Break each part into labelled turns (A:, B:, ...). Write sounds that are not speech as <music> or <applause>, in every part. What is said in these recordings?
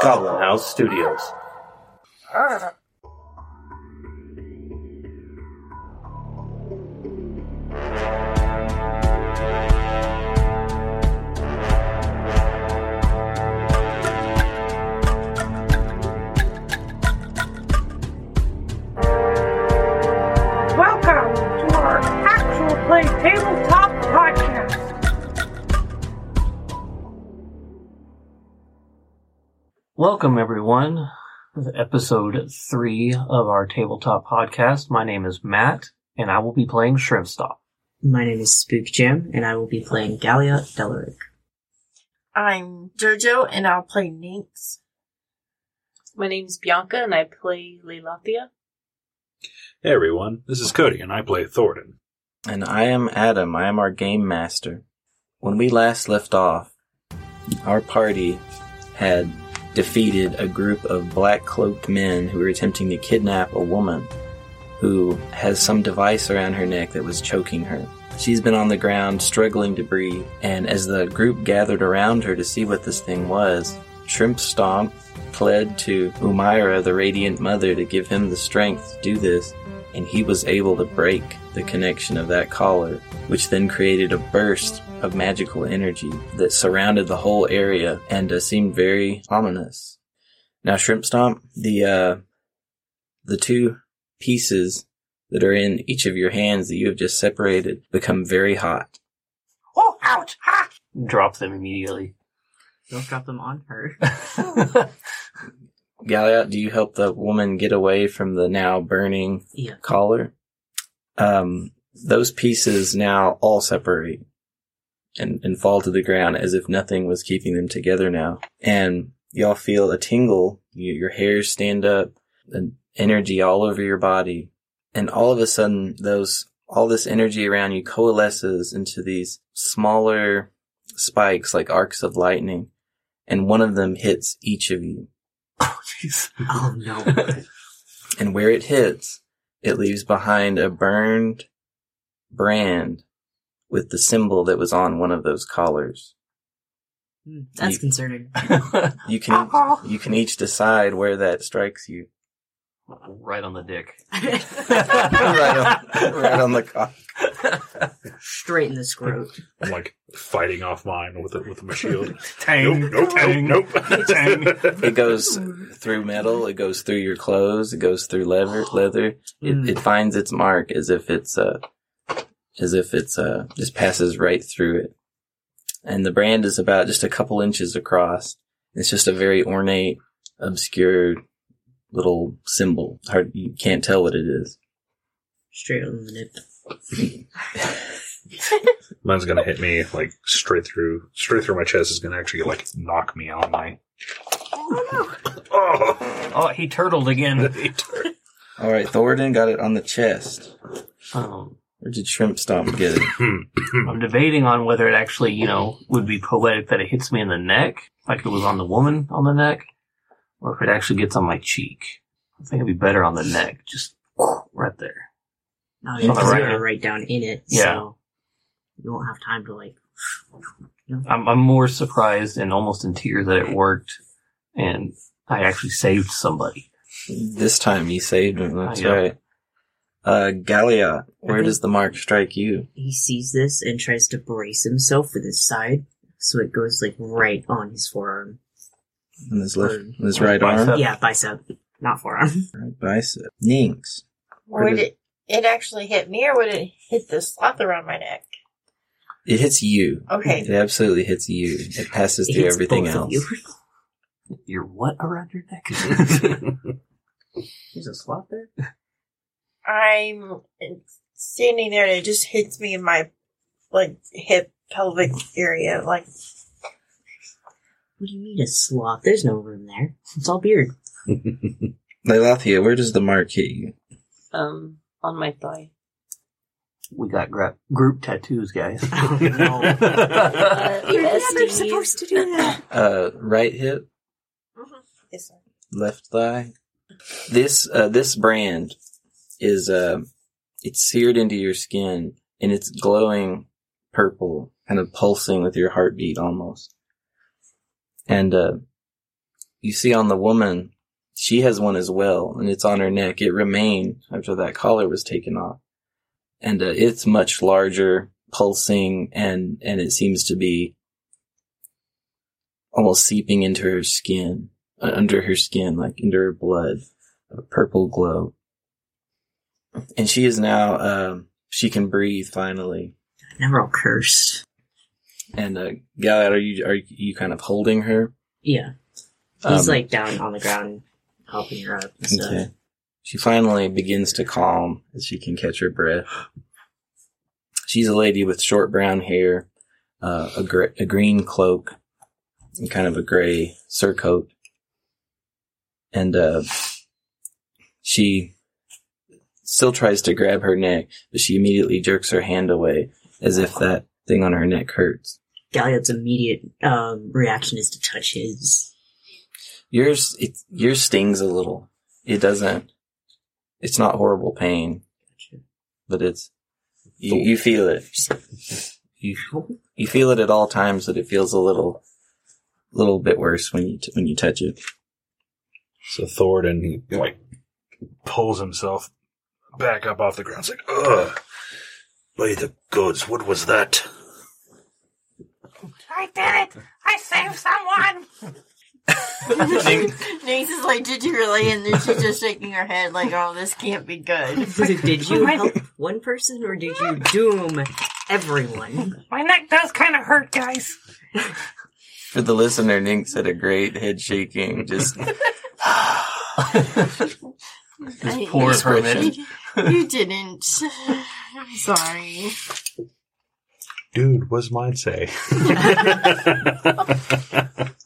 A: Goblin House Studios.
B: Welcome to our actual play tabletop podcast.
A: Welcome, everyone, to episode three of our tabletop podcast. My name is Matt, and I will be playing Shrimpstop.
C: My name is Spook Jim, and I will be playing Gallia Delaric.
D: I'm Jojo, and I'll play Nynx.
E: My name's Bianca, and I play Leilathia.
F: Hey everyone, this is Cody and I play Thornton.
G: And I am Adam. I am our game master. When we last left off, our party had defeated a group of black cloaked men who were attempting to kidnap a woman who has some device around her neck that was choking her. She's been on the ground struggling to breathe, and as the group gathered around her to see what this thing was, Shrimp Stomp pled to Umaira, the Radiant Mother, to give him the strength to do this, and he was able to break the connection of that collar, which then created a burst of magical energy that surrounded the whole area and uh, seemed very ominous. Now, Shrimp Stomp, the uh, the two pieces that are in each of your hands that you have just separated become very hot.
B: Oh, ouch! Ha!
A: Drop them
G: <laughs>
A: immediately.
C: Don't drop them on her.
G: Galliot, do you help the woman get away from the now burning
C: Yeah.
G: collar. Um, those pieces now all separate and, and fall to the ground as if nothing was keeping them together now. And y'all feel a tingle. You, your hairs stand up and energy all over your body. And all of a sudden, those, all this energy around you coalesces into these smaller spikes like arcs of lightning. And one of them hits each of you.
A: oh, jeez.
C: Oh no.
G: <laughs> and where it hits, it leaves behind a burned brand with the symbol that was on one of those collars.
C: Hmm, That's
G: You-
C: <laughs> concerning.
G: You can you can each decide where that strikes you. <laughs>
A: right on the dick.
G: right, on, right on the collar.
C: Straight in the scrot.
F: I'm like fighting off mine with a, with my shield.
A: <laughs> Tang.
F: nope, nope,
A: <laughs> Tang.
F: nope, nope.
G: It goes through metal. It goes through your clothes. It goes through leather. Leather. It,
C: Mm.
G: it finds its mark as if it's uh, as if it's uh, just passes right through it. And the brand is about just a couple inches across. It's just a very ornate, obscure little symbol. Hard, you can't tell what it is.
C: Straight on the nip.
F: <laughs> Mine's gonna hit me like straight through, straight through my chest. Is gonna actually like knock me on my.
A: <laughs>
F: Oh,
A: <laughs> Oh, he turtled again.
G: All right, Thoradin got it on the chest.
A: Um,
G: Where did Shrimp Stomp get it?
A: I'm debating on whether it actually, you know, would be poetic that it hits me in the neck, like it was on the woman on the neck, or if it actually gets on my cheek. I think it'd be better on the neck, just right there.
C: No,
A: On
C: you're
A: the
C: right.
A: right.
C: right down in it.
A: Yeah.
C: So you won't have time to like.
A: I'm, I'm more surprised and almost in tears that it worked, and I actually saved somebody.
G: <laughs> This time you saved him. That's
A: Yep.
G: right. Uh, Gallia, where
C: Mhm.
G: does the mark strike you?
C: He sees this and tries to brace himself with his side, so it goes like right on his forearm.
G: In his left,
C: Um,
G: in his right arm,
A: Bicep.
C: Yeah, bicep, not forearm.
G: right bicep, Ninx. Where
D: Would
G: does-
D: it, it actually hit me, or would it hit the sloth around my neck?
G: It hits you.
D: Okay.
G: It absolutely hits you. It passes through
C: It's
G: everything
C: both of
G: else.
C: you.
A: Your what around your neck?
C: <laughs>
A: <laughs>
C: There's a slot there.
D: I'm standing there, and it just hits me in my, like, hip pelvic area. Like,
C: What do you mean a slot? There's no room there. It's all beard.
G: Leilathia, where does the mark hit you?
E: Um, on my thigh.
A: We got gra- group tattoos, guys.
G: Oh, <laughs> no.
E: Uh, besties.
C: to do that.
G: Uh, right hip,
D: Yes, <laughs> sir.
G: left thigh. This uh, this brand is uh, it's seared into your skin and it's glowing purple, kind of pulsing with your heartbeat almost. And uh, you see on the woman, she has one as well, and it's on her neck. It remained after that collar was taken off, and uh, it's much larger, pulsing, and and it seems to be almost seeping into her skin, uh, under her skin, like into her blood, a purple glow. And she is now, um, she can breathe finally.
C: <laughs> Now we're all cursed.
G: And uh, Galad, are you are you kind of holding her?
C: Yeah. He's
G: Um,
C: like down on the ground helping her up and stuff.
G: Okay. She finally begins to calm as she can catch her breath. She's a lady with short brown hair, uh, a, gr- a green cloak, and kind of a gray surcoat. And uh, she still tries to grab her neck, but she immediately jerks her hand away as if that thing on her neck hurts.
C: Galliot's immediate um, reaction is to touch <laughs> his.
G: Yours, it, yours stings a little. It doesn't. It's not horrible pain. but it's you, you feel it. You you feel it at all times, but it feels a little little bit worse when you t- when you touch it.
F: So Thoradin he, like pulls himself back up off the ground. It's like, ugh. By the gods, what was that?
B: I did it! I saved someone!
D: Nace is like, did you really? And then she's just shaking her head like, oh, this can't be good.
C: did you help one person or did you doom everyone?
B: My neck does kind of hurt, guys.
G: For the listener, Nink said a great head shaking. Just
D: I-
A: poor hermit.
D: <laughs> You didn't. <laughs> I'm sorry.
F: Dude, was
A: <laughs>
F: mine <laughs> say?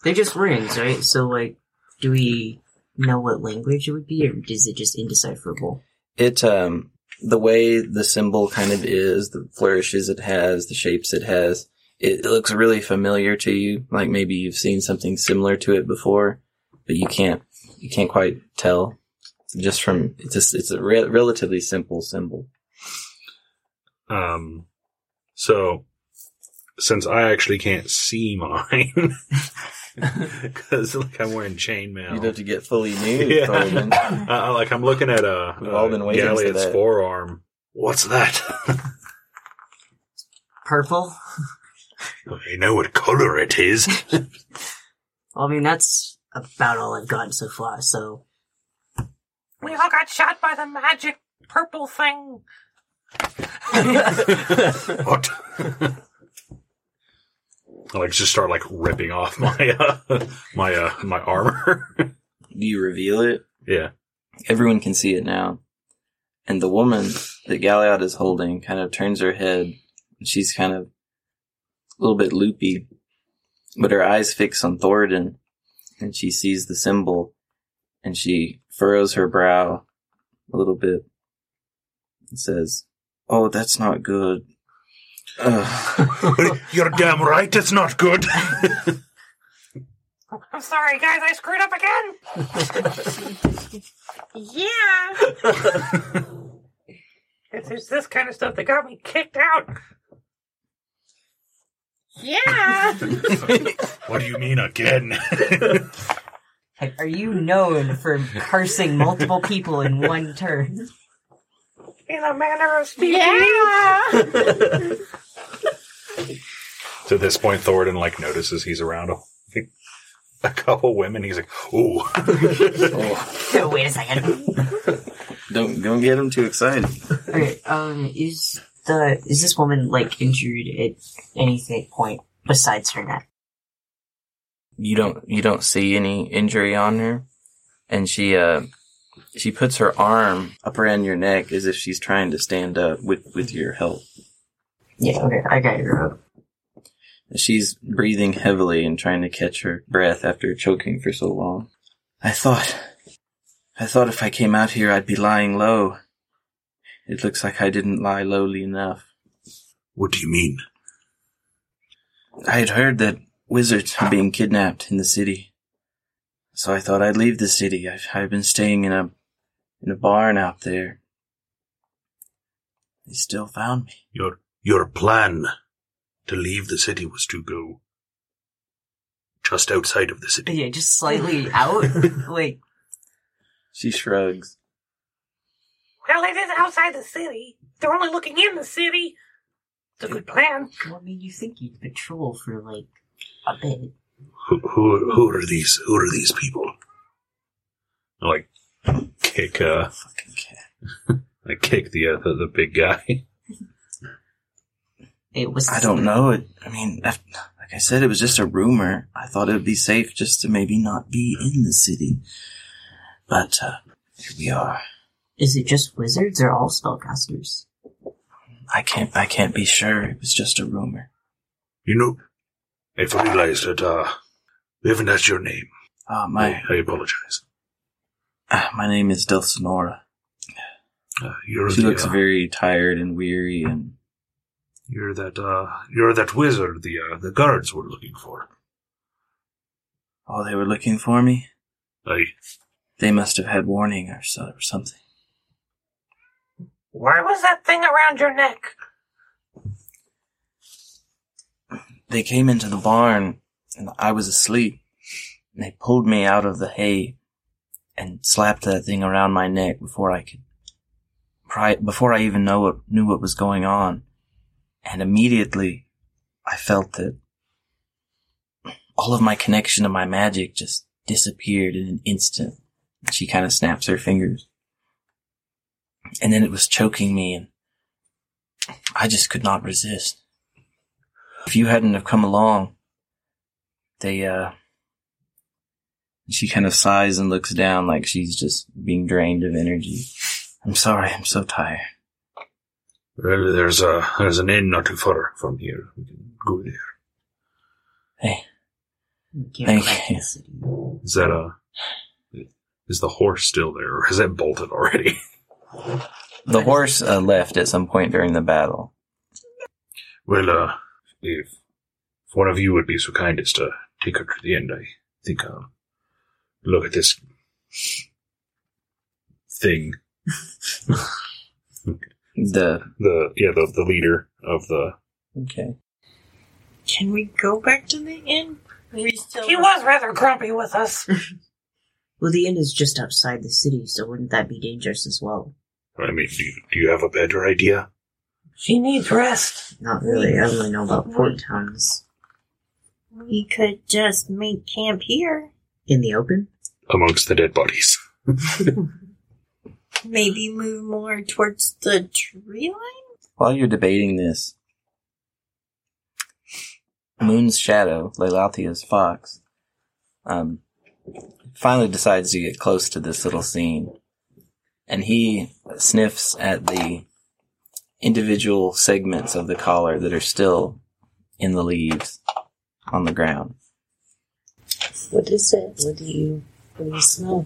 C: They're just rings, right? So, like, do we know what language it would be or is it just indecipherable?
G: it um the way the symbol kind of is, the flourishes it has, the shapes it has. It, it looks really familiar to you, like maybe you've seen something similar to it before, but you can't you can't quite tell. Just from it's just, it's a re- relatively simple symbol.
F: Um, so since I actually can't see mine, <laughs> because like I'm wearing
G: You'd have
F: chainmail.
G: to get fully nude,
F: Yeah.
G: Thorben.
F: I, I, like I'm looking at uh,
G: We've all been
F: uh,
G: waiting for
F: Galliot's
G: that.
F: forearm. What's that?
C: Purple?
F: I know what color it is.
C: Well, I mean, that's about all I've gotten so far, so.
B: We all got shot by the magic purple thing.
F: what? I like just start like ripping off my uh, my uh, my armor.
G: Do you reveal it?
F: yeah.
G: Everyone can see it now. And the woman that Galliard is holding kind of turns her head. And she's kind of a little bit loopy, but her eyes fix on Thoradin. And she sees the symbol and she furrows her brow a little bit and says, Oh, that's not good. Ugh.
F: <laughs> You're damn right. It's not good.
B: I'm sorry, guys, I screwed up again! <laughs>
D: Yeah.
B: It's, it's <laughs> this kind of stuff that got me kicked out.
D: Yeah.
F: what do you mean again? <laughs>
H: Are you known for cursing multiple people in one turn?
B: In a manner of speaking.
D: yeah.
F: to this point, Thoradin like notices he's around a, a couple women. He's like, "Ooh,
H: <laughs> Wait a second.
G: Oh, don't don't get him too excited.
H: Okay, um, is the is this woman like injured at any point besides her neck?
G: you don't you don't see any injury on her and she uh she puts her arm up around your neck as if she's trying to stand up with with your help
H: Yeah, okay, I got your uh, up.
G: she's breathing heavily and trying to catch her breath after choking for so long i thought i thought if i came out here i'd be lying low It looks like I didn't lie lowly enough.
F: What do you mean?
G: I had heard that wizards were being kidnapped in the city, so I thought I'd leave the city. I've, I've been staying in a in a barn out there. They still found me.
F: Your your plan to leave the city was to go just outside of the city.
H: Yeah, just slightly <laughs> out. like,
G: She shrugs.
B: Well, it is outside the city. They're only looking in the city. It's a good plan.
H: well, I mean, you think you'd patrol for like a bit.
F: Who, who who are these? Who are these people? I like kick uh
G: Fucking cat.
F: I kick the uh, the, the big guy. <laughs>
H: It was.
G: I don't know. It, I mean, af- like I said, it was just a rumor. I thought it would be safe just to maybe not be in the city, but uh, here we are.
H: Is it just wizards or all spellcasters?
G: I can't. I can't be sure. It was just a rumor.
F: You know, I've realized that uh we haven't asked your name.
G: Ah,
F: I,
G: my
F: I apologize.
G: ah, my name is Delsinora.
F: Uh, you're
G: She
F: the,
G: looks
F: uh,
G: very tired and weary, and
F: you're that uh you're that wizard the uh, the guards were looking for.
G: oh, they were looking for me.
F: I
G: They must have had warning or, so, or something.
B: Why was that thing around your neck?
G: They came into the barn, and I was asleep. And they pulled me out of the hay and slapped that thing around my neck before I could, pri- before I even know what, knew what was going on. And immediately, I felt that all of my connection to my magic just disappeared in an instant. She kind of snaps her fingers. And then it was choking me and I just could not resist if you hadn't have come along, they, uh, she kind of sighs and looks down like she's just being drained of energy. I'm sorry, I'm so tired.
F: Well, there's a there's an inn not too far from here. We can go there.
H: We can't
G: Thank
H: go back to
G: you.
H: the city.
F: Is that a is the horse still there, or has that bolted already? <laughs>
G: The horse uh, left at some point during the battle.
F: Well, uh, if, if one of you would be so kind as to take her to the end, I think I'll look at this thing.
G: The,
F: The yeah, the the leader of the
G: okay.
D: Can we go back to the inn? We still
B: He was rather grumpy with us.
H: Well, the inn is just outside the city, so wouldn't that be dangerous as well?
F: I mean, do you, do you have a better idea?
B: She needs rest.
H: Not really. I don't really know about port towns
D: We could just make camp here.
H: in the open.
F: Amongst the dead bodies.
D: Maybe move more towards the tree line.
G: While you're debating this, Moon's shadow, Leilathia's fox, um, finally decides to get close to this little scene. And he sniffs at the individual segments of the collar that are still in the leaves on the ground.
E: What is it? What do you what do you smell?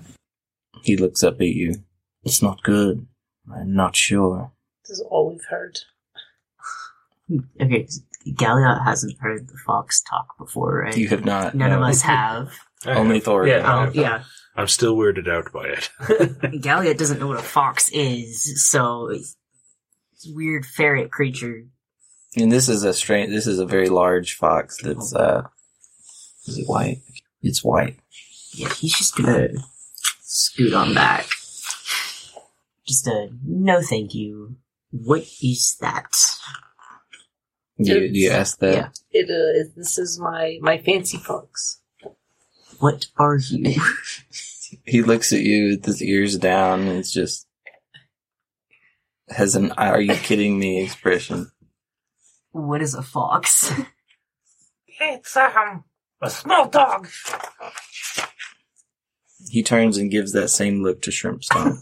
G: He looks up at you. It's not good. I'm not sure.
E: This is all we've heard.
H: Okay, Galliot hasn't heard the fox talk before, right?
G: You have not. uh,
H: None of
G: no.
H: us have.
G: Only Thor.
A: Yeah. um,
H: Oh, yeah.
F: I'm still weirded out by it. <laughs>
H: Galliot doesn't know what a fox is, so it's it's a weird ferret creature.
G: And this is a strange. This is a very large fox. That's uh, is it white? It's white.
H: Yeah, he's just gonna scoot on back. Just a no thank you. What is that?
G: You, you asked that.
H: Yeah.
E: It uh, is- this is my my fancy fox.
H: What are you? <laughs>
G: He looks at you with his ears down, and it's just has an "Are you kidding me?" expression.
H: what is a fox?
B: It's um a small dog.
G: He turns and gives that same look to <laughs> Shrimpstone.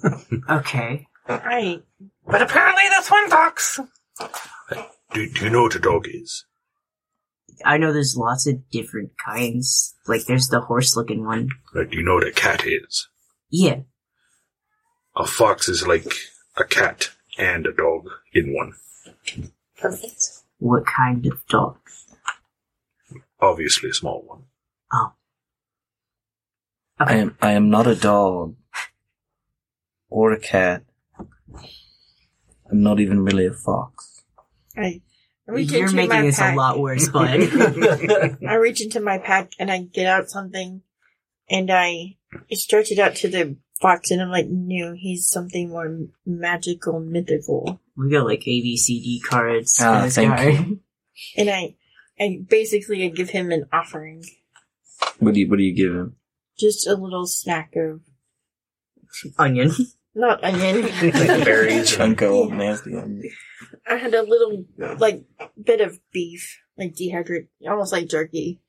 H: okay.
D: Right.
B: But apparently this one talks.
F: Do, do you know what a dog is?
H: I know there's lots of different kinds. Like there's the horse looking one.
F: Like, do you know what a cat is?
H: Yeah.
F: A fox is like a cat. and a dog in one.
E: Perfect.
H: What kind of dog?
F: Obviously, a small one.
G: I am I am not a dog or a cat. I'm not even really a fox.
D: I, I reach
H: You're
D: into
H: making
D: my
H: this
D: pack.
H: a lot worse, bud. <laughs>
D: I reach into my pack and I get out something, and I stretch it out to the fox, and I'm like, "No, he's something more magical, mythical."
H: we got like A B C D cards.
G: Ah,
H: in this
G: thank
H: card.
D: And I, I basically I give him an offering,
G: What do you What do you give him?
D: just a little snack of
H: Onion.
D: not onion.
F: Berries. and-
G: Chunk of <laughs> old nasty. onion.
D: <laughs> I had a little like bit of beef, like dehydrated, almost like jerky.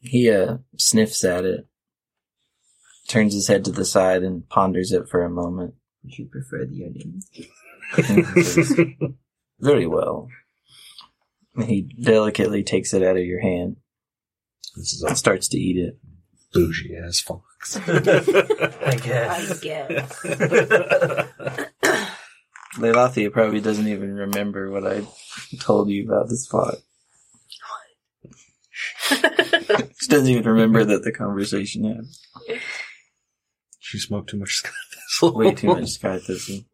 G: He uh, sniffs at it, turns his head to the side, and ponders it for a moment.
H: Would you prefer the onion?
G: Very well. And He delicately takes it out of your hand
F: This is
G: and
F: a
G: starts to eat it.
F: bougie ass fox.
A: I guess.
E: I guess.
G: Leilathia probably doesn't even remember what I told you about this fox. She doesn't even remember that the conversation happened.
F: she smoked too much. <laughs>
G: Way too much sky thistle.
A: <laughs>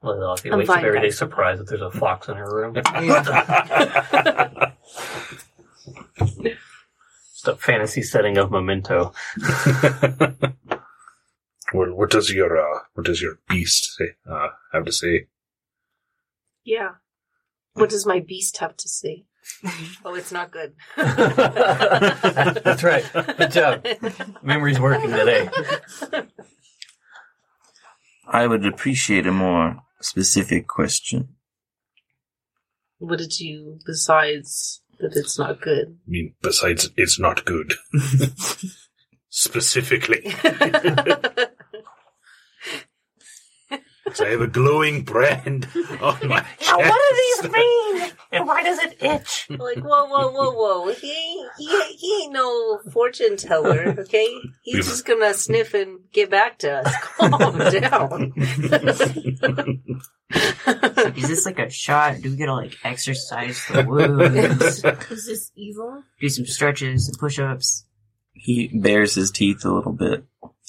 A: Well, it
E: I'm
A: wakes
E: fine,
A: up every day
E: guys.
A: surprised that there's a fox in her <laughs> room. <laughs> Just a fantasy setting of memento. <laughs>
F: Well, what does your uh, what does your beast say, uh, have to say?
E: yeah. What does my beast have to say? oh, it's not good.
A: That's right. Good job. Memory's working today.
G: I would appreciate a more specific question.
E: What did you, besides that it's not good?
F: I mean, besides, it's not <laughs> good.
B: <laughs>
F: Specifically, because I have a glowing brand <laughs> on my
B: Now,
F: chest.
B: what do these mean? And why does it itch?
E: like whoa whoa whoa whoa he ain't he, ain't- he ain't no fortune teller okay
F: We've-
E: he's just gonna sniff and get back to us <laughs> calm down <laughs>
H: Is this like a shot? Do we gotta like exercise <laughs> the wounds?
D: Is this evil?
H: Do some stretches and push ups?
G: He bares his teeth a little bit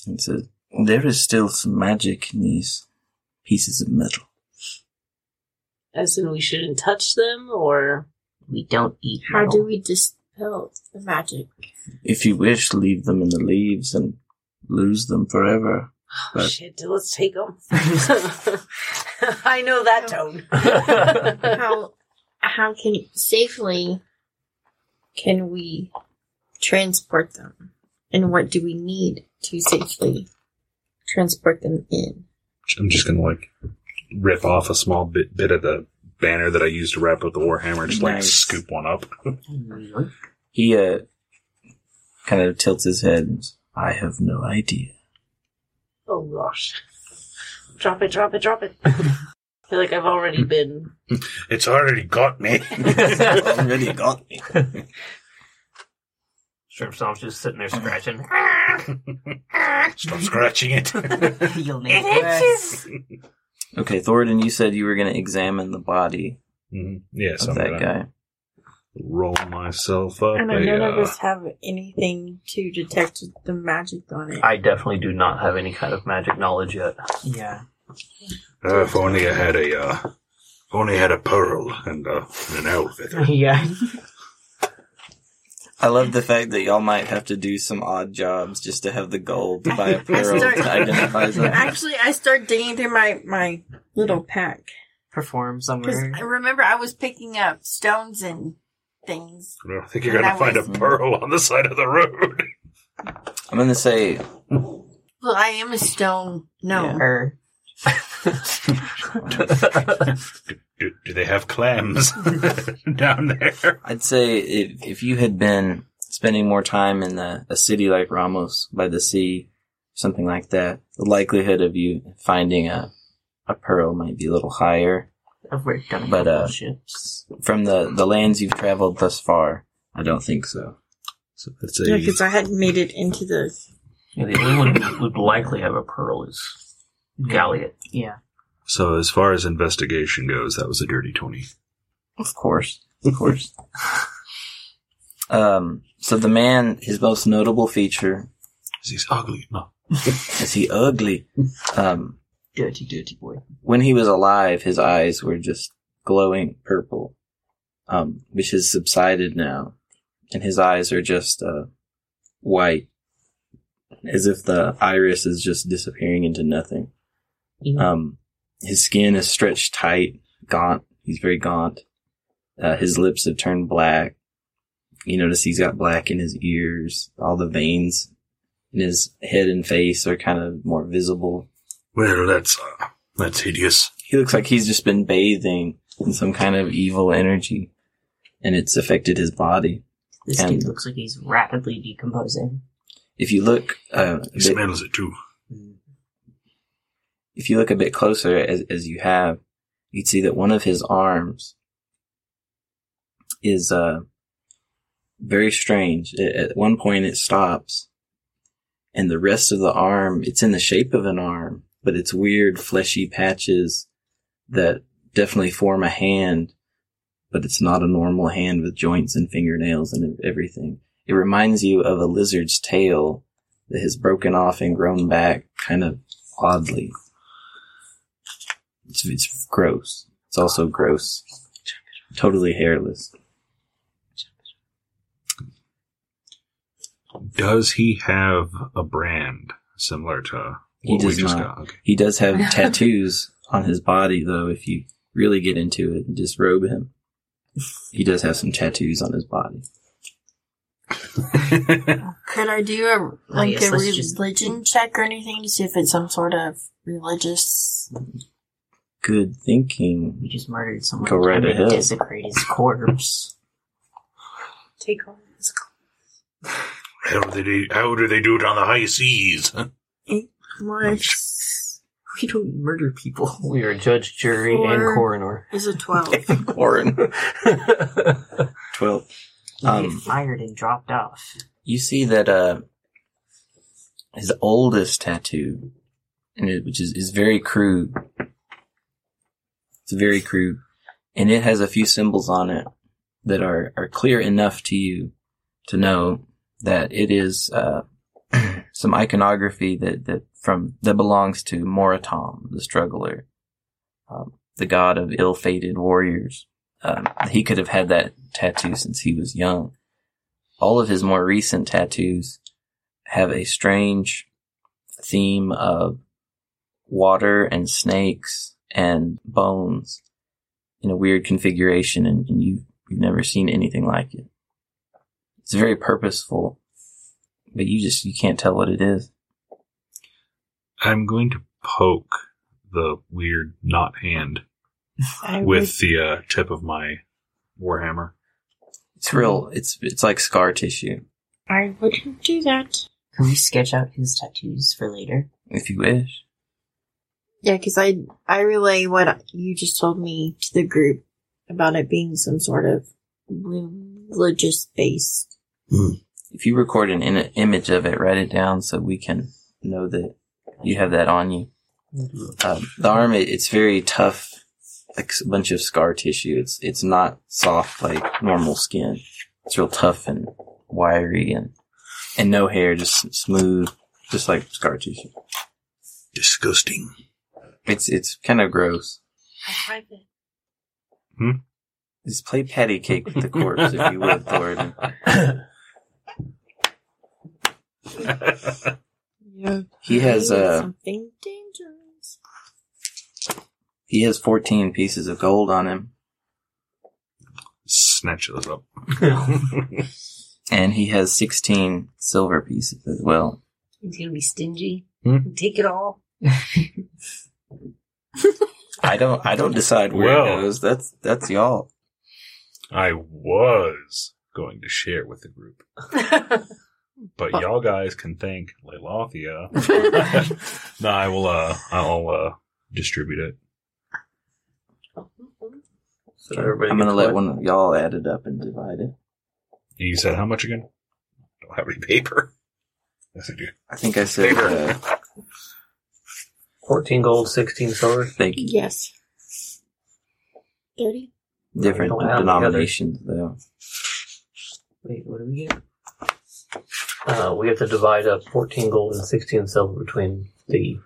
G: and says, There is still some magic in these pieces of metal.
E: as in we shouldn't touch them or
H: We don't eat
D: How
H: metal.
D: do we dispel the magic?
G: If you wish, leave them in the leaves and lose them forever.
E: oh,
G: But-
E: shit let's take them <laughs> i know that tone <laughs>
D: How how can safely can we transport them? And what do we need to safely transport them in?
F: I'm just gonna like rip off a small bit bit of the banner that I used to wrap up the warhammer. and Just like
G: Nice.
F: scoop one up.
G: He uh, kind of tilts his head. and says, I have no idea.
E: oh gosh drop it drop it drop it i feel like i've already been
F: It's already got <laughs> me.
G: Already got me.
A: Shrimp Stomp's just sitting there scratching.
F: Stop scratching it.
H: <laughs> You'll
B: It
H: make
B: itches.
G: Okay, Thornton, you said you were going to examine the body
F: Mhm. Yeah, so
G: of
F: I'm
G: that
F: gonna
G: guy.
F: roll myself up.
D: And
F: a,
D: none
F: uh,
D: of us have anything to detect the magic on it.
A: I definitely do not have any kind of magic knowledge yet.
H: Yeah. <laughs>
F: Uh, if only I had a, uh, if only I had a pearl and, uh, an owl feather.
H: Yeah.
G: I love the fact that y'all might have to do some odd jobs just to have the gold to buy a pearl
D: start-
G: that identifies
D: <laughs>
G: them.
D: Actually, I start digging through my, my little pack.
H: Perform
D: Because
H: somewhere.
D: I remember I was picking up stones and things.
F: I don't think you're
D: And
F: gonna
D: I
F: find a
D: was-
F: pearl on the side of the road.
G: I'm gonna say
D: Well, I am a stone. No.
G: Yeah.
H: Her.
F: Do, do they have clams <laughs> down there?
G: I'd say if if you had been spending more time in the, a city like Ramos by the sea, something like that, the likelihood of you finding a a pearl might be a little higher.
H: I've worked on
G: But,
H: but,
G: uh,
H: ships.
G: From the the lands you've traveled thus far, I don't think so.
F: So that's
D: Yeah, because I hadn't made it into the.
A: Yeah, the only one who would likely have a pearl is galley it.
H: Yeah.
F: So as far as investigation goes, that was a dirty twenty.
G: Of course. Of course. <laughs> um, so the man, his most notable feature
F: 'Cause He's ugly. No.
G: is he ugly? Um,
H: Dirty, dirty boy.
G: when he was alive, his eyes were just glowing purple, um, which has subsided now, and his eyes are just uh, white, as if the iris is just disappearing into nothing.
H: Mm.
G: Um, his skin is stretched tight, gaunt. He's very gaunt. Uh, his lips have turned black. You notice he's got black in his ears. All the veins in his head and face are kind of more visible.
F: Well, that's uh, that's hideous.
G: He looks like he's just been bathing in some kind of evil energy, and it's affected his body.
H: This
G: And-
H: dude looks like he's rapidly decomposing.
G: If you look, uh, a
F: He
G: bit-
F: smells it too.
G: if you look a bit closer, as as you have, you'd see that one of his arms is uh very strange. It, at one point, it stops, and the rest of the arm it's in the shape of an arm, but it's weird, fleshy patches that definitely form a hand, but it's not a normal hand with joints and fingernails and everything. It reminds you of a lizard's tail that has broken off and grown back, kind of oddly. It's, it's gross. It's also gross. Totally hairless.
F: Does he have a brand similar to
G: He
F: what we
G: does
F: just
G: not.
F: got? Okay.
G: He does have tattoos on his body, though, if you really get into it and disrobe him. He does have some tattoos on his body.
D: Could I do a like
H: yes,
D: a
H: let's just-
D: religion check or anything to see if it's some sort of religious?
G: Good thinking.
H: We just murdered someone.
G: Go right
H: trying to
G: ahead.
H: Desecrate his
E: <laughs>
H: corpse.
E: Take on his
F: How do they how do they do it on the high seas?
D: Morris
H: we don't murder people.
A: We are judge, jury,
D: Four.
A: and <laughs> coroner.
D: is a twelve.
G: Warren. 12.
H: He
G: Um,
H: get fired and dropped off.
G: you see that uh his oldest tattoo and it, which is, is very crude it's very crude and it has a few symbols on it that are are clear enough to you to know that it is uh <clears throat> some iconography that that from that belongs to Moratom the struggler um, the god of ill-fated warriors um, he could have had that tattoo since he was young all of his more recent tattoos have a strange theme of water and snakes and bones in a weird configuration, and, and you, you've never seen anything like it. It's very purposeful, but you just you can't tell what it is.
F: I'm going to poke the weird knot hand
D: <laughs>
G: <laughs>
D: I
F: with the uh, tip of my warhammer.
G: It's real. It's it's like scar tissue,
D: would, I wouldn't do that.
H: Can we sketch out his tattoos for later?
G: if you wish.
D: Yeah, because I I relay what you just told me to the group about it being some sort of religious based.
G: If you record an in- image of it, write it down so we can know that you have that on you. um, the arm it, it's very tough like a bunch of scar tissue it's it's not soft like normal skin it's real tough and wiry and and no hair just smooth just like scar tissue
F: Disgusting.
G: it's it's kind of gross
E: private.
G: just play patty cake with the corpse if you would Thornton.
D: Yeah,
G: he has uh
D: something dangerous.
G: he has 14 pieces of gold on him
F: Snatch those up.
G: <laughs>
F: <laughs>
G: and he has 16 silver pieces as well
E: He's gonna be stingy.
F: Hmm?
E: Take it all.
G: i don't i don't decide where
F: Well.
G: it goes that's that's y'all
F: I was going to share with the group, but y'all guys can thank <laughs> Leilothia. no, I will. Uh, I'll uh, distribute it.
A: So everybody
G: I'm gonna
A: gets
G: let
A: what?
G: one of y'all add it up and divide it.
F: You said how much again? Don't have any paper. Yes, I do.
G: I think I said uh,
A: 14 gold, 16 silver.
G: Thank you.
D: Yes. <laughs> 30?
G: Different
A: Don't have the other.
G: denominations, though.
H: Wait, what do we get?
A: Uh, we have to divide up 14 gold and 16 silver between the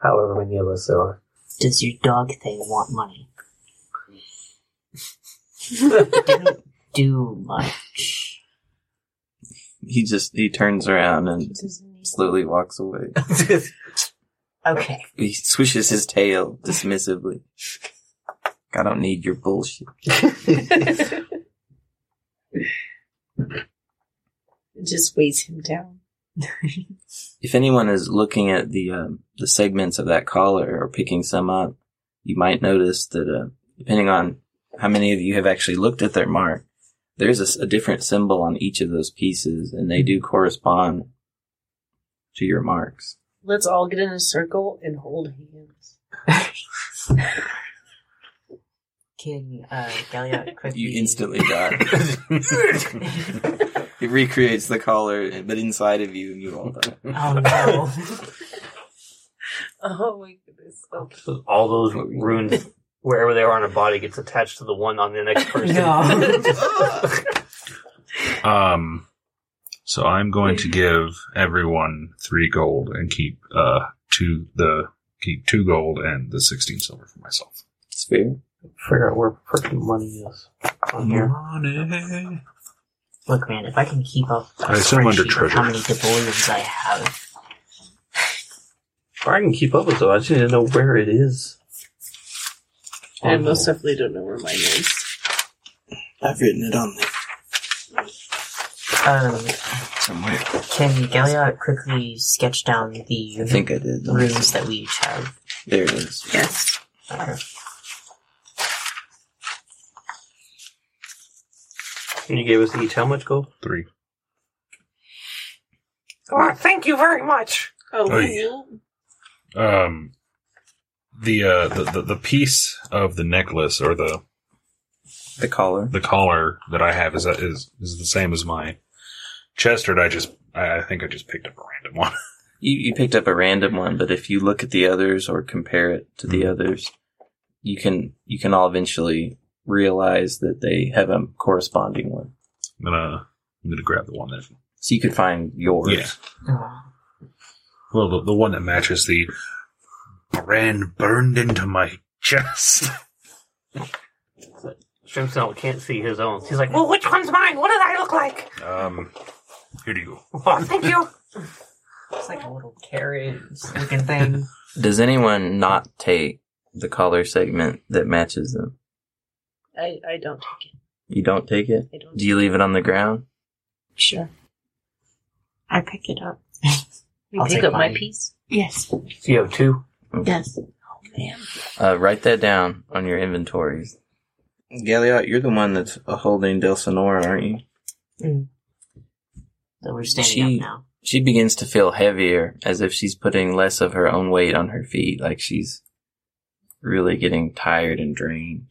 A: however many of us there are.
H: Does your dog thing want
E: <laughs>
H: money? Didn't do much.
G: He just he turns around and slowly walks away.
H: Okay.
G: He swishes his tail dismissively. I don't need your bullshit.
D: It just weighs him down.
G: If anyone is looking at the um, the segments of that collar or picking some up, you might notice that uh, depending on how many of you have actually looked at their mark, there's a s a a different symbol on each of those pieces, and they do correspond to your marks.
E: Let's all get in a circle and hold hands.
H: Can uh,
E: <laughs>
H: Gallia Oh, quickly?
G: You
H: <laughs>
G: instantly die. <laughs> it recreates the collar, but inside of you, and you all die.
H: Oh no!
E: Oh my goodness. Okay.
A: So <laughs> all those runes, wherever they are on a body, gets attached to the one on the <laughs> next person.
F: Um, so I'm going to give everyone three gold and keep uh two the keep two gold and the sixteen silver for myself.
G: It's fair.
A: <laughs> Figure out where freaking money is on here.
F: Money.
H: Look, man, if I can keep up a
F: I assume under
H: spreadsheet of how
F: treasure.
H: many doubloons I have,
A: Or I can keep up with it. I just need to know where it is. Oh,
E: I most definitely don't know where mine is.
G: I've written it on there
H: um,
G: somewhere.
H: can Gallia quickly sketch down the
G: I think I did.
H: rooms that we each have?
G: There it is.
E: Yes.
H: Okay.
A: And you gave us each how much gold?
F: Three.
B: Well, thank you very much.
E: Oh,
F: Oh, yeah.
E: cool.
F: Um, the uh the, the the piece of the necklace or the
G: The collar.
F: the collar that I have is uh, is is the same as my chest, or did I just I I think I just picked up a random one. <laughs>
G: You you picked up a random one, but if you look at the others or compare it to the
F: Mhm.
G: others, you can you can all eventually realize that they have a corresponding one.
F: I'm gonna I'm gonna grab the one that
G: So you could find yours.
F: Yeah. well the, the one that matches the brand burned into my chest. <laughs>
A: Shrimp Snail can't see his own. He's like,
B: Well, which one's mine? What did I look like?
F: Um, here you go.
B: Oh, thank
E: <laughs>
B: you.
H: It's like a little carrot looking thing.
G: Does anyone not take the collar segment that matches them?
E: I, I don't take
G: You don't take it.
E: it. I don't.
G: Do you leave it on the ground?
D: Sure. I pick it up.
E: You
H: I'll
E: pick
H: take
E: up my
H: mine.
E: piece.
D: Yes.
A: so you have two?
D: Yes.
G: Uh, write that down on your inventories. Galliot, you're the one that's uh, holding Del Sonora, aren't you?
H: So we're standing
G: She-
H: up now.
G: She begins to feel heavier, as if she's putting less of her own weight on her feet, like she's really getting tired and drained.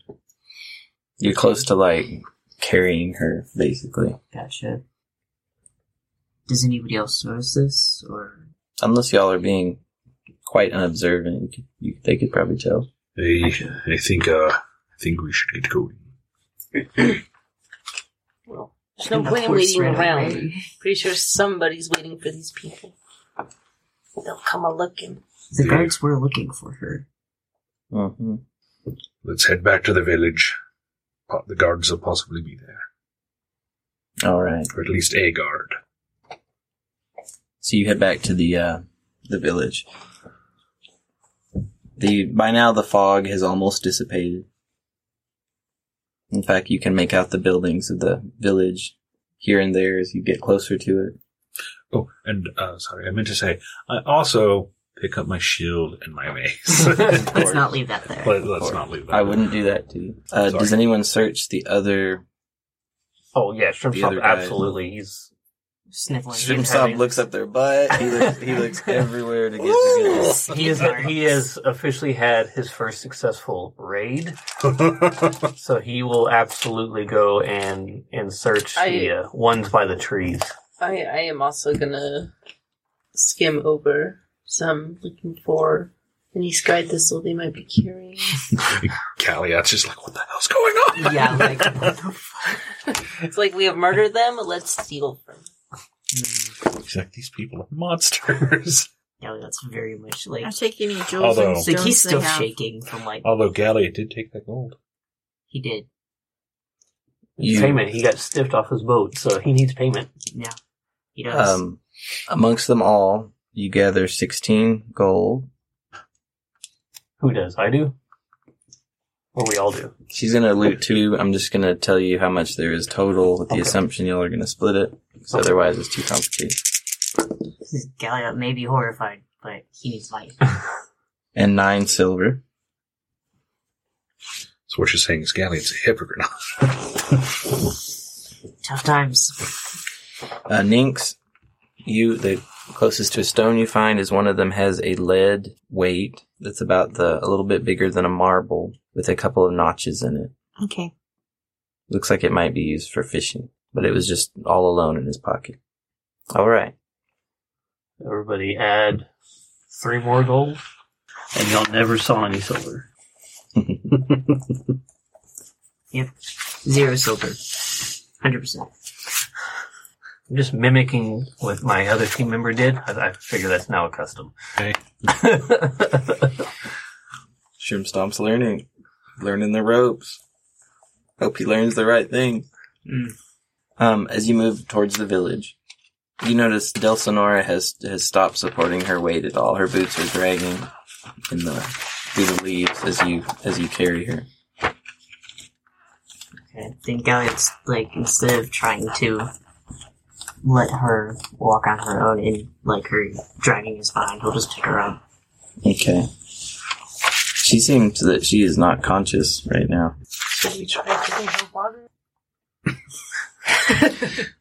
G: You're close to like carrying her, basically.
H: Gotcha. Does anybody else notice this, or
G: Unless y'all are being quite unobservant, you could, you, they could probably tell.
F: I, I think uh I think we should get going.
E: There's no point in waiting around. Pretty sure somebody's waiting for these people. They'll come a looking.
H: the
F: Yeah.
H: guards were looking for her?
G: Mm-hmm.
F: Let's head back to the village. Po- The guards will possibly be there,
G: All right.
F: or at least a guard.
G: So you head back to the uh, the village. The by now the fog has almost dissipated. In fact, you can make out the buildings of the village here and there as you get closer to it.
F: Oh, and uh, sorry, I meant to say I also pick up my shield and my
G: <laughs>
F: mace.
H: Let's not leave that there.
F: Let, us not leave that.
G: I wouldn't do that to you. Uh,
F: Sorry.
G: does anyone search the other?
A: Oh, yeah, Shrimp
G: The
A: Snail,
G: other guy.
A: absolutely. He's
H: Sniffling.
A: Shouldn't-
G: Shrimp
H: <laughs>
G: Sob looks up their butt. He looks, he looks everywhere to get to
A: <laughs> he is he has officially had his first successful raid,
F: <laughs>
A: so he will absolutely go and and search the
E: I-
A: uh, ones by the trees.
E: I, I am also gonna skim over So I'm looking for any sky thistle they might be carrying. <laughs>
F: Calliot's just like, what the hell's going on?
C: Yeah,
A: <laughs>
C: like
E: It's like we have murdered them. Let's steal from. them.
F: She's like, these people are monsters. <laughs>
H: yeah, that's very much like
D: I'll take any jewels
F: Although-
D: and
F: It's
H: it's
D: stones
H: like he's still
D: they have.
H: shaking from
A: Uh,
H: like
F: Although Galliot did take that gold.
H: he did.
G: You-
A: Payment. He got stiffed off his boat, so he needs payment.
H: Yeah, he does.
G: Um, amongst them all, you gather 16 gold.
A: Who does? I do. Or we all do.
G: She's going to loot two. I'm just going to tell you how much there is total with the
A: Okay.
G: assumption y'all are going to split it, because otherwise it's too complicated.
H: Galliot may be horrified, but he needs life.
G: And nine silver.
F: So what you're saying is Galliot's a hypocrite.
H: Tough times.
G: Uh, Ninx, you, the closest to a stone you find is one of them has a lead weight that's about the, a little bit bigger than a marble with a couple of notches in it.
D: Okay.
G: Looks like it might be used for fishing, but it was just all alone in his pocket. All right. <laughs>
A: Everybody add three more gold, and y'all never saw any silver.
H: Zero silver. Hundred percent.
A: I'm just mimicking what my other team member did. I, I figure that's now a custom. <laughs>
F: Okay.
G: Shroom Stomp's learning, learning the ropes. Hope he learns the right thing.
H: Mm.
G: Um, as you move towards the village, you notice Del Sonora has has stopped supporting her weight at all. Her boots are dragging in the through the leaves as you as you carry her.
H: I think Galliot's like instead of trying to let her walk on her own and like her dragging is fine, he'll just pick her up.
G: Okay. She seems that she is not conscious right now.
E: Should we try giving her water?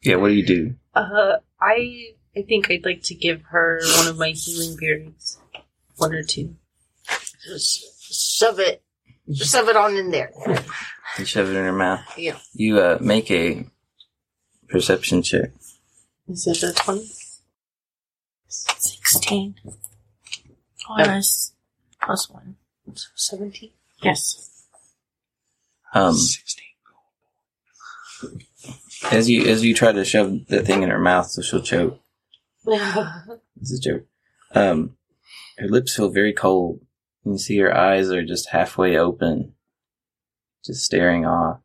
G: Yeah. What do you do?
E: Uh, I I think I'd like to give her one of my healing berries, one or <laughs> two.
I: Just shove it, shove it on in there.
G: You shove it in her mouth.
I: Yeah.
G: You uh, make a perception check.
E: Is it a twenty?
D: 16. Oh, Plus, plus one.
E: Seventeen?
D: Yes.
G: Um, as you as you try to shove that thing in her mouth, so she'll choke.
E: Oh,
G: It's a joke. Um, her lips feel very cold. And you see her eyes are just halfway open, just staring off.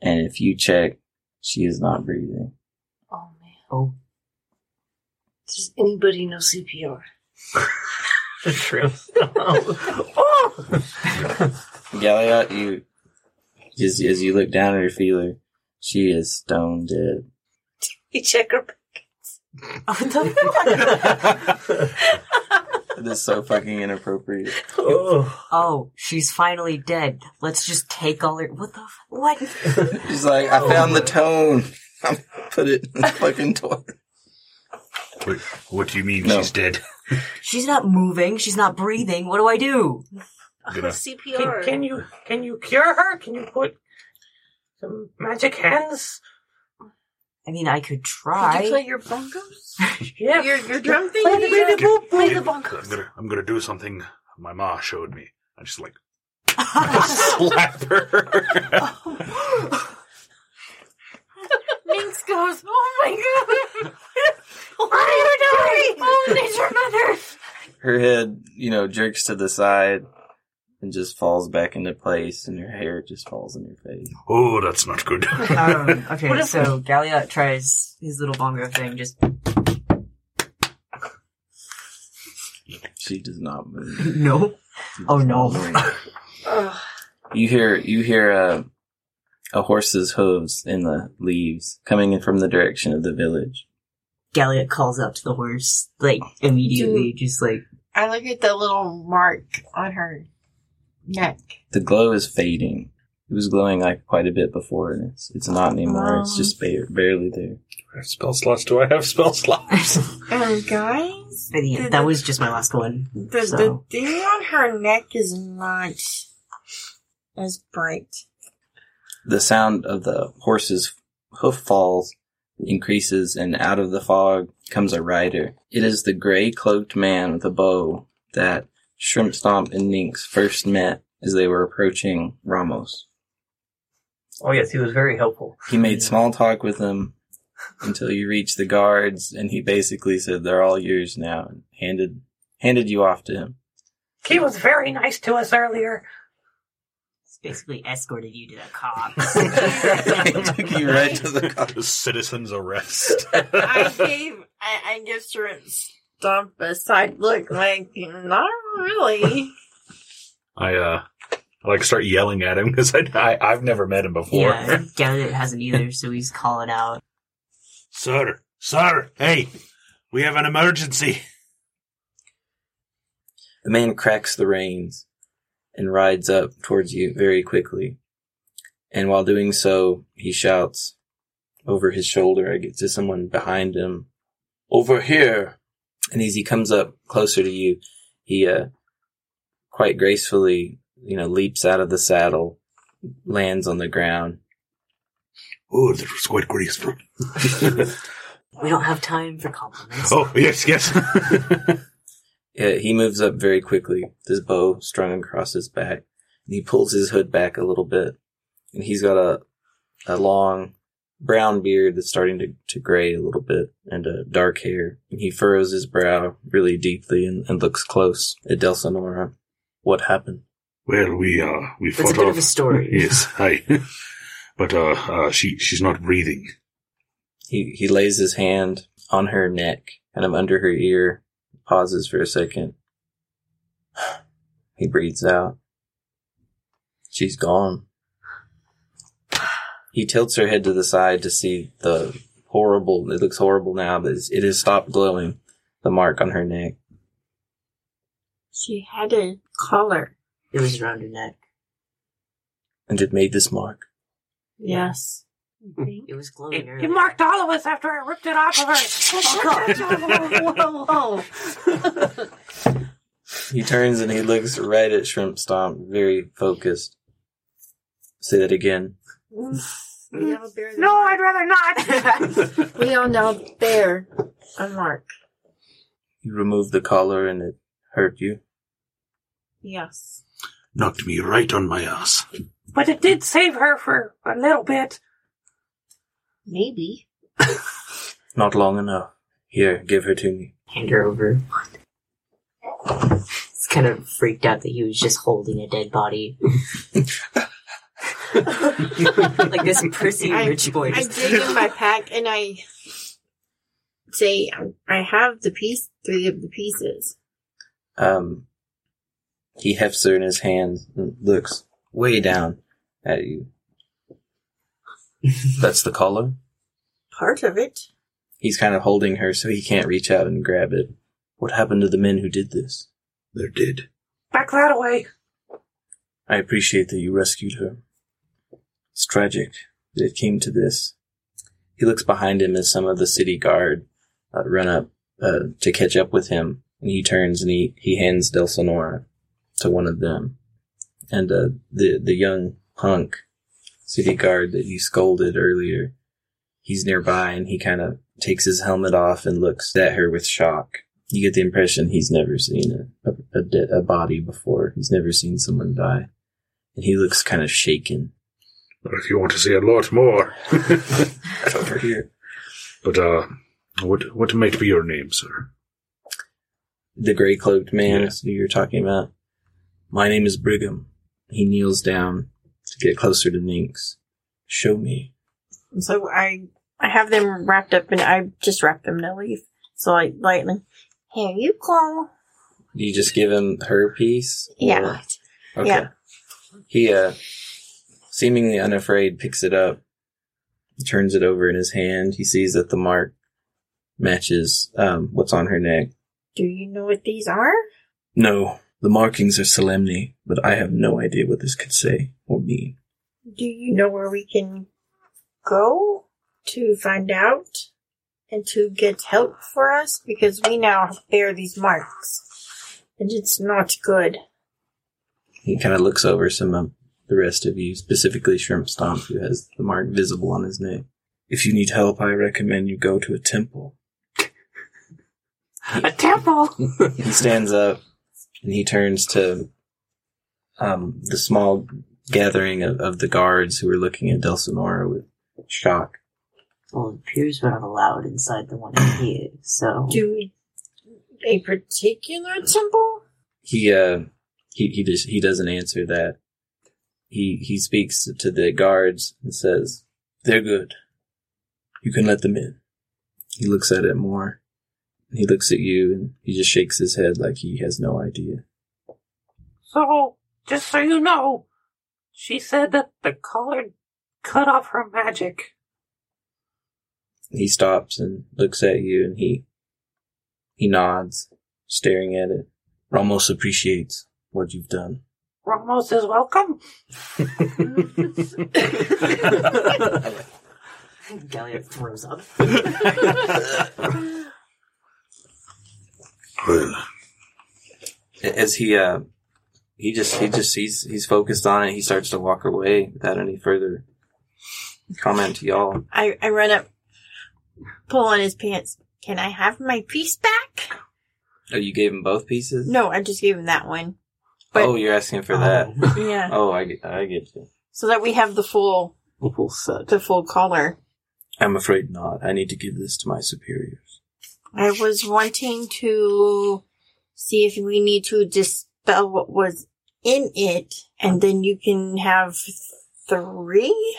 G: And if you check, she is not breathing.
E: oh man.
A: Oh.
E: Does anybody know CPR?
A: <laughs>
G: Galliot, you as as you look down at her feeler, she is stone dead.
E: You <laughs> check her.
G: This is so fucking inappropriate.
H: Oh, she's finally dead. Let's just take all her. What the? f- What?
G: She's like, I found the tone. <laughs> I'm gonna put it in the fucking toilet.
F: <laughs> What, what do you mean
G: No.
F: she's dead?
H: She's not moving. She's not breathing. What do I do?
F: I'm gonna-
B: Can,
E: CPR.
B: can you can you cure her? Can you put some magic hands?
H: I mean, I could
I: Did you
H: try.
I: play your bongos?
B: Yeah.
I: Your your drum
E: <laughs>
I: thing?
B: Play the- play the
I: the
B: boop, boop.
F: I'm
I: bongos.
F: gonna, I'm gonna do something my ma showed me. I just like slap her.
I: Minx goes, oh my god! what are you doing? Oh, nature mother!
G: Her head, you know, jerks to the side and just falls back into place, and her hair just falls in her face.
F: oh, that's not
H: <laughs>
F: good.
H: um, okay, so Galliot tries his little bongo thing. Just
G: She does not
H: <laughs>
G: move.
H: no. Oh no.
E: Ugh.
G: You hear, you hear a, a horse's hooves in the leaves coming in from the direction of the village.
H: Galliot calls out to the horse like immediately, just like
I: I look at the little mark on her neck.
G: The glow is fading. It was glowing like quite a bit before, and it's it's not anymore. It's
H: Oh.
G: just bare, barely there.
F: <laughs> spell slots? Do I have spell slots? <laughs>
I: Um, guys,
H: But yeah, that was just my last one.
I: the, the
H: So-
I: thing on her neck is not as bright.
G: the sound of the horse's hoof falls increases, and out of the fog comes a rider. It is the gray cloaked man with a bow that Shrimp Stomp and Ninx first met as they were approaching Ramos.
A: Oh yes, he was very helpful.
G: He made small talk with them until you reached the guards, and he basically said, "They're all yours now," and handed handed you off to him. <laughs>
B: He was very nice to us earlier.
C: Basically escorted you to the cops.
H: <laughs>
G: he took you right to the cops.
F: Citizen's arrest. <laughs>
D: I gave I, I gave Shrimp Stomp a side look like not really.
F: I uh, I like start yelling at him <laughs> because I, I I've never met him before.
C: Yeah, Gallet hasn't either, so he's calling out.
F: <laughs> Sir, sir, hey, we have an emergency.
G: The man cracks the reins and rides up towards you very quickly. And while doing so, he shouts over his shoulder I get to someone behind him, Over here! And as he comes up closer to you, he uh, quite gracefully, you know, leaps out of the saddle, lands on the ground.
F: Oh, that was quite graceful.
C: We don't have time for compliments.
F: <laughs> oh, yes, yes.
G: Yeah, he moves up very quickly, his bow strung across his back, and he pulls his hood back a little bit. And he's got a a long brown beard that's starting to, to gray a little bit, and uh, dark hair. And he furrows his brow really deeply and, and looks close at Del Sonora. What happened?
F: <laughs> well, we uh, we
C: That's a bit of a story.
F: Yes, hi. <laughs> But uh, uh, she she's not breathing.
G: He he lays his hand on her neck, kind of under her ear, pauses for a second. He breathes out. She's gone. He tilts her head to the side to see the horrible. It looks horrible now, but it's, it has stopped glowing. The mark on her neck.
D: She had a collar.
C: It was around her neck.
G: And it made this mark.
D: Yes.
C: It was
A: Oh,
C: glowing.
B: It, it marked all of us after I ripped it off of her.
A: <laughs>
E: whoa, whoa, whoa.
G: He turns and he looks right at Shrimp Stomp, very focused. Say that again.
D: We all
B: <laughs>
D: bear the-
B: no, I'd rather not.
A: <laughs>
D: We all now bear a mark.
G: You remove the collar and it hurt you.
D: Yes.
F: Knocked me right on my ass.
B: but it did save her for a little bit.
E: Maybe.
G: Not long enough. Here, give her to me.
C: Hand her over. It's kind of freaked out that he was just holding a dead body. like this prissy
D: I-
C: rich boy.
D: I
C: just-
D: dig <laughs> in my pack and I say, um, I have the piece, three of the pieces.
G: Um, he hefts her in his hands and looks way down at you. That's the collar.
D: Part of it.
G: He's kind of holding her so he can't reach out and grab it. What happened to the men who did this?
F: They're dead.
B: Back that way.
G: I appreciate that you rescued her. It's tragic that it came to this. He looks behind him as some of the city guard uh, run up uh, to catch up with him, and he turns and he, he hands Del Sonora to one of them. And uh, the the young punk city guard that you scolded earlier, he's nearby and he kind of takes his helmet off and looks at her with shock. You get the impression he's never seen a a, a, de- a body before. He's never seen someone die, and he looks kind of shaken.
F: But if you want to see a lot more. <laughs>
G: It's over here.
F: But uh, what what might be your name, sir?
G: The gray cloaked man
F: Yeah.
G: is who you're talking about. My name is Brigham. He kneels down to get closer to Ninx. Show me.
D: So I, I have them wrapped up and I just wrap them in a leaf. So I lightly, here you go.
G: Do you just give him her piece?
D: Yeah.
G: Or- Okay.
D: Yeah.
G: He, uh, seemingly unafraid, picks it up, turns it over in his hand. He sees that the mark matches um, what's on her neck.
D: Do you know what these are?
G: No, the markings are solemne, but I have no idea what this could say or mean.
D: Do you know where we can go to find out and to get help for us? Because we now bear these marks. And it's not good.
G: He kind of looks over some of the rest of you, specifically Shrimp Stomp, who has the mark visible on his neck. If you need help, I recommend you go to a temple.
A: A temple.
G: He stands up and he turns to um, the small gathering of, of the guards who are looking at Dulcinea with shock.
C: Well, the peers were not allowed inside the one in here, so.
D: Do a particular temple?
G: He uh he he just he doesn't answer that. He he speaks to the guards and says, "They're good. You can let them in." He looks at it more. And he looks at you and he just shakes his head like he has no idea.
B: So, just so you know, she said that the collar cut off her magic.
G: He stops and looks at you and he he nods, staring at it. Ramos appreciates what you've done.
B: Ramos is welcome.
C: Gallia throws up.
G: As he uh he just he just he's he's focused on it, he starts to walk away without any further comment to y'all.
D: I, I run up, pull on his pants. Can I have my piece back?
G: Oh, you gave him both pieces?
D: No, I just gave him that
A: <laughs>
D: one. but-
G: Oh, you're asking for that.
D: Yeah.
G: Oh, I get, I get you.
D: So that we have the full
A: Full set.
D: the full collar.
G: I'm afraid not. I need to give this to my superiors.
D: I was wanting to see if we need to dispel what was in it, and then you can have three.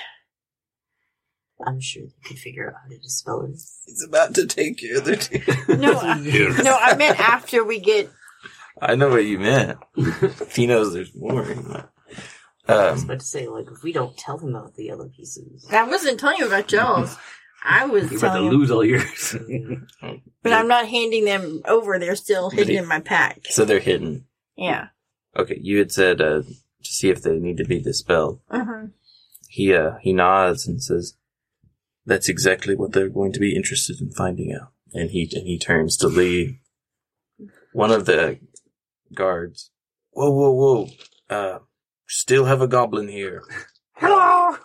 C: I'm sure they could figure out how to dispel it.
G: He's about to take your other two.
D: No, I,
F: <laughs>
D: no, I meant after we get.
G: <laughs> I know what you meant. he knows there's more.
C: I was
G: Um,
C: about to say, like, if we don't tell them about the other pieces,
D: I wasn't telling you about y'all's. I was
A: You're about to
D: telling you,
A: lose all yours.
D: but I'm not handing them over. They're still
G: But
D: hidden
G: it-
D: in my pack.
G: so they're hidden.
D: Yeah.
G: Okay, you had said uh, to see if they need to be dispelled.
D: Mhm.
G: He uh, he nods and says, "That's exactly what they're going to be interested in finding out." And he and he turns to leave. One of the guards, whoa, whoa, whoa! Uh, still have a goblin here, <laughs>
B: Hello.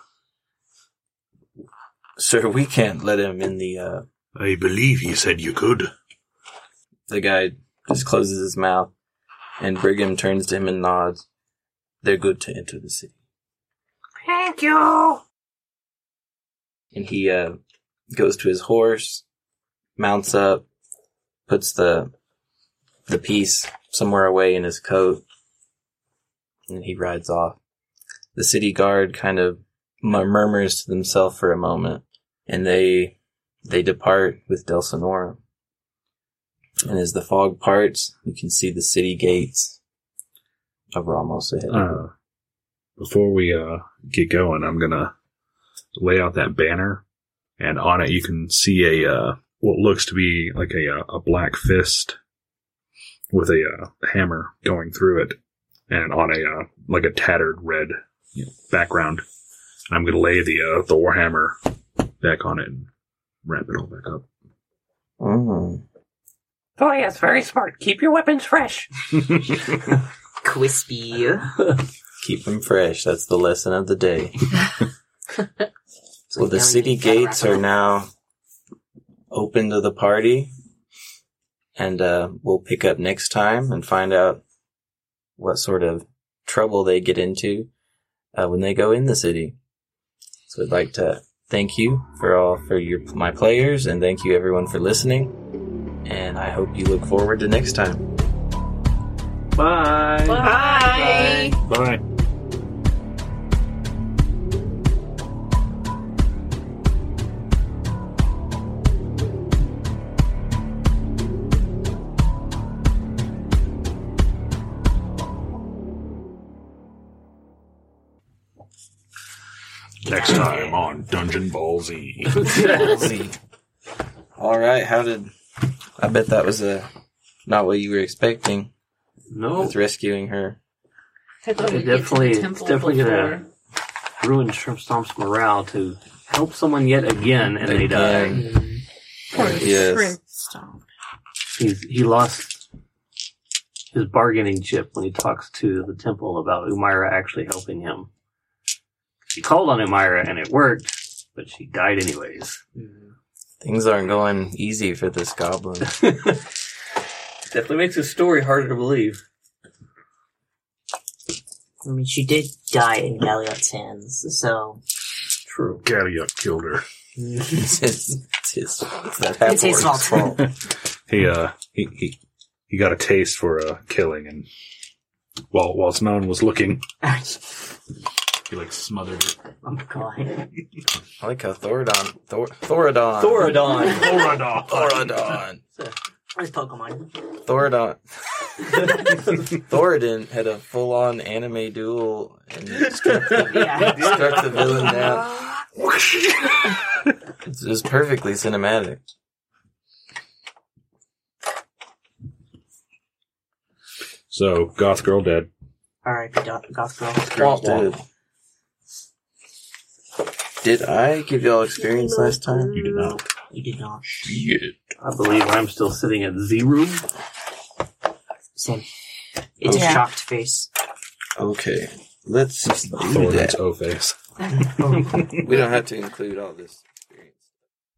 G: sir. We can't let him in the uh,
J: I believe you said you could.
G: The guy just closes his mouth, and Brigham turns to him and nods. They're good to enter the city.
B: Thank you. Oh,
G: And he uh, goes to his horse, mounts up, puts the the piece somewhere away in his coat, and he rides off. The city guard kind of mur- murmurs to themselves for a moment, and they they depart with Del Sonora. And as the fog parts, you can see the city gates of Ramos ahead.
F: Uh, before we uh, get going, I'm gonna lay out that banner, and on it you can see a uh, what looks to be like a uh, a black fist with a uh, hammer going through it, and on a uh, like a tattered red you know, background. And I'm gonna lay the uh, the warhammer back on it and wrap it all back up.
G: Mm.
B: Oh yes, very smart. Keep your weapons fresh.
C: crispy.
G: Keep them fresh. That's the lesson of
C: <laughs>
G: the day. <laughs> Well, the
C: Now we
G: city
C: need to
G: gates
C: wrap it
G: are
C: up.
G: now open to the party, and uh, we'll pick up next time and find out what sort of trouble they get into uh, when they go in the city. So, I'd like to thank you for all for your my players, and thank you everyone for listening. And I hope you look forward to next time.
A: Bye.
D: Bye.
F: Bye. Next time on Dungeon Ball Z.
G: All right, how did? I bet that was a not what you were expecting
A: No,
G: with rescuing her.
E: I thought
A: Yeah,
E: we'd get to the
A: definitely-
E: temple
A: definitely gonna-
E: before.
A: ruined Shrimp Stomp's morale to help someone yet again, and they die.
G: Again. Yes.
D: Shrimp stomp.
A: He's, he lost his bargaining chip when he talks to the temple about Umaira actually helping him. He called on Umaira and it worked, but she died anyways.
G: Things aren't going easy for this goblin.
A: <laughs> Definitely makes his story harder to believe.
H: I mean, she did die in Galliot's hands, so
F: <laughs>
A: True.
F: Galliot killed her.
G: it's his, it's his, it's that
H: It's his
G: half-orc's
H: fault.
F: He uh he he, he got a taste for uh, killing, and while whilst no one was looking, he like smothered it.
H: oh god,
G: <laughs> I like how Thoradon, Thor, Thoradon,
A: Thoradon.
G: Thoradon,
H: where's Pokemon?
G: Thoradon, <laughs> Thoradon had a full-on anime duel and struck the,
H: Yeah,
G: struck the villain down. it was perfectly cinematic.
F: So goth girl dead.
H: all right, goth girl.
G: Dude. Did I give y'all experience last time?
F: You did not.
H: You did not.
A: I believe I'm still sitting at zero.
H: Same. It's
D: Yeah.
H: a shocked face.
G: Okay, let's just leave
F: Thoradon's
G: that.
F: O face.
G: We don't have to include all this experience.